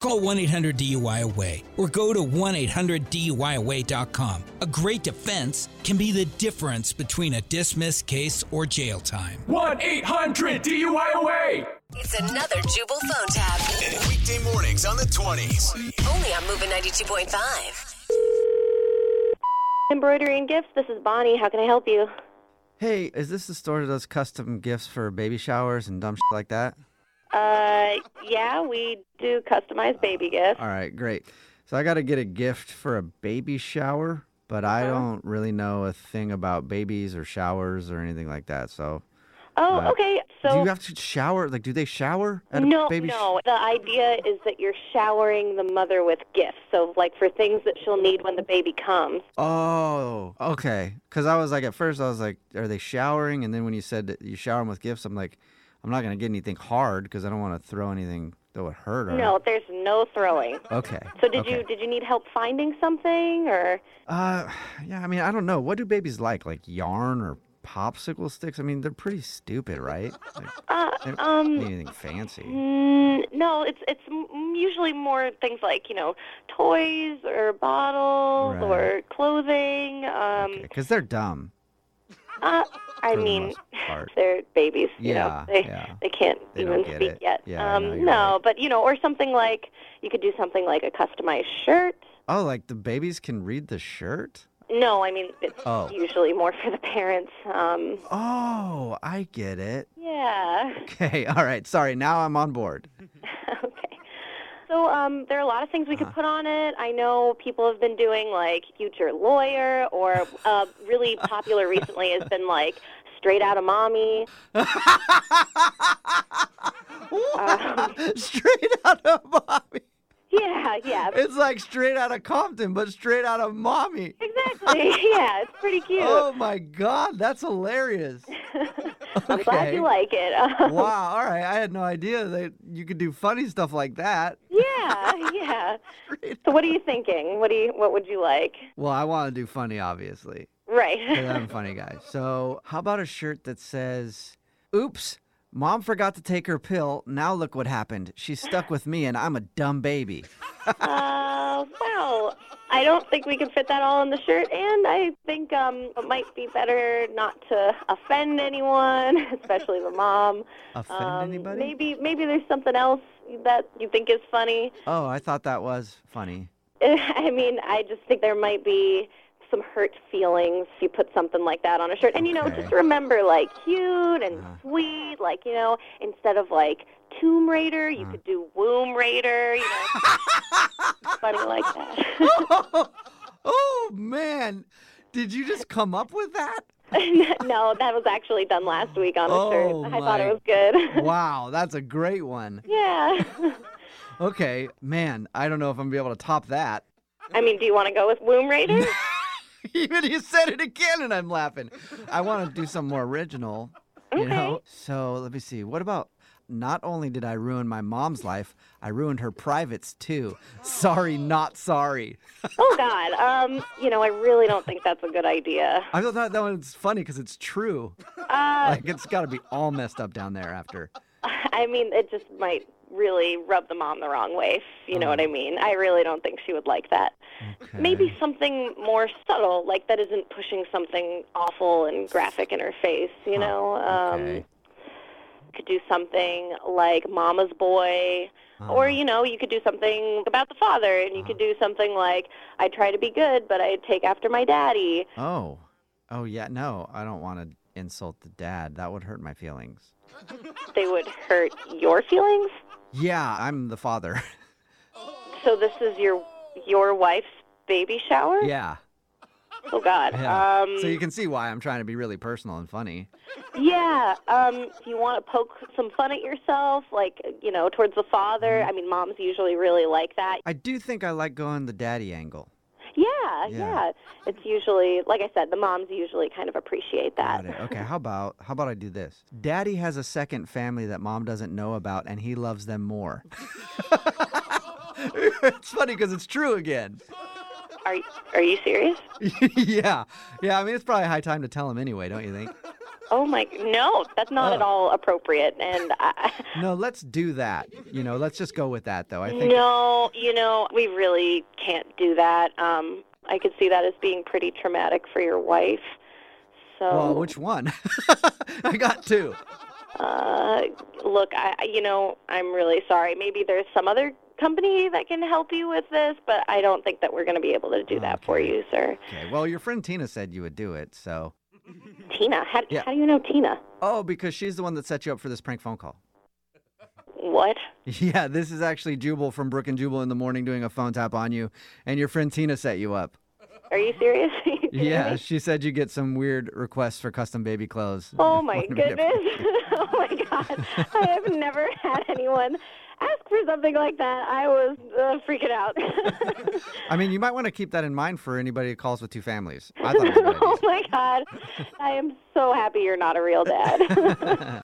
Call 1 800 DUI Away or go to 1 800 DUIAway.com. A great defense can be the difference between a dismissed case or jail time. 1 800 DUIOA! It's another Jubal phone tab. Weekday mornings on the 20s. Only on Moving 92.5. Embroidery and gifts. This is Bonnie. How can I help you? Hey, is this the store that does custom gifts for baby showers and dumb shit like that? Uh, yeah, we do customized baby gifts. All right, great. So I got to get a gift for a baby shower, but I Uh-huh. don't really know a thing about babies or showers or anything like that. So Oh, Uh, okay. do So you have to shower? Like, do they shower at no, a baby? sh- no. The idea is that you're showering the mother with gifts. So, like for things that she'll need when the baby comes. oh, okay. Because I was like, at first I was like, are they showering? And then when you said that you shower them with gifts, I'm like, I'm not gonna get anything hard because I don't want to throw anything that would hurt her. No, there's no throwing. Okay. So, did okay. you did you need help finding something or? Uh, yeah. I mean, I don't know. What do babies like? Like yarn or popsicle sticks? I mean, they're pretty stupid, right? Like, Uh, they don't um. need anything fancy. Mm, no, it's it's m- usually more things like you know toys or bottles Right. or clothing. Um, Because they're dumb. Uh, I For the mean, most part. they're babies. You Yeah, know, they yeah. they can't They don't even get speak it. yet. Yeah, I um, know, you're no, right. but you know, or something like you could do something like a customized shirt. Oh, like the babies can read the shirt? No, I mean it's Oh. usually more for the parents. Um, Oh, I get it. yeah. Okay. All right. Sorry. Now I'm on board. okay. So um, there are a lot of things we Uh-huh. could put on it. I know people have been doing like future lawyer, or uh, really popular recently has been like straight out of mommy. Um. straight out of mommy. Yeah, yeah, It's like straight out of Compton, but straight out of mommy. exactly. yeah, it's pretty cute. Oh my God, that's hilarious. I'm glad okay. you like it. Um, Wow. All right. I had no idea that you could do funny stuff like that. Yeah, yeah. So what are you thinking? What do you what would you like? Well, I want to do funny, obviously. Because Right. I'm a funny guy. So, how about a shirt that says, Oops, mom forgot to take her pill. Now look what happened. She's stuck with me and I'm a dumb baby. uh, well, I don't think we can fit that all in the shirt and I think um it might be better not to offend anyone, especially the mom. Offend um, anybody? Maybe maybe there's something else that you think is funny. Oh, I thought that was funny. I mean, I just think there might be some hurt feelings if you put something like that on a shirt. And you know, Okay. Uh-huh. just remember like cute and sweet, like you know, instead of like Tomb Raider, Uh-huh. you could do Womb Raider. You know, funny like that. Oh, man. Did you just come up with that? no, that was actually done last week on a Oh, shirt. I thought my it was good. Wow, that's a great one. yeah. Okay, man, I don't know if I'm gonna be able to top that. I mean, do you want to go with Womb Raider? Even you said it again, and I'm laughing. I want to do something more original, you know. So let me see. What about? Not only did I ruin my mom's life, I ruined her privates too. Sorry, not sorry. oh God. Um, you know, I really don't think that's a good idea. I thought that- that one's funny because it's true. Uh, Like it's got to be all messed up down there after. I mean, it just might really rub the mom the wrong way, if you know Oh. what I mean. I really don't think she would like that. Maybe something more subtle, like that isn't pushing something awful and graphic in her face, you know? Um, okay. Could do something like Mama's Boy. Uh-huh. Or, you know, you could do something about the father, and you could do something like, I try to be good, but I take after my daddy. Oh, oh yeah. No, I don't want to insult the dad. That would hurt my feelings. They would hurt your feelings. Yeah, I'm the father. So this is your your wife's baby shower? yeah. Oh God. Yeah. Um, so you can see why I'm trying to be really personal and funny. yeah. Um, if you want to poke some fun at yourself, like you know, towards the father. Mm-hmm. I mean, moms usually really like that. I do think I like going the daddy angle. Yeah, Yeah. yeah. It's usually, like I said, the moms usually kind of appreciate that. Got it. Okay, how about how about I do this? Daddy has a second family that mom doesn't know about and he loves them more. it's funny because it's true again. Are Are you serious? yeah. Yeah, I mean it's probably high time to tell him anyway, don't you think? Oh my, no, that's not Oh. at all appropriate. And I, No, let's do that. You know, let's just go with that though. I think no, you know, we really can't do that. Um, I could see that as being pretty traumatic for your wife. So, Well, which one? I got two. uh, look, I, I- you know, I'm really sorry. Maybe there's some other company that can help you with this, but I don't think that we're going to be able to do that for you, sir. Okay. Well, your friend Tina said you would do it, so Tina, how, Yeah. how do you know Tina? Oh, because she's the one that set you up for this prank phone call. What? Yeah, this is actually Jubal from Brook and Jubal in the morning doing a phone tap on you, and your friend Tina set you up. Are you serious? Are you kidding Yeah, me? she said you get some weird requests for custom baby clothes. Oh my Wanted me to- goodness. oh my god. I have never had anyone ask for something like that. I was uh, freaking out. I mean, you might want to keep that in mind for anybody who calls with two families. I thought it was a good idea. oh my god. I am so happy you're not a real dad.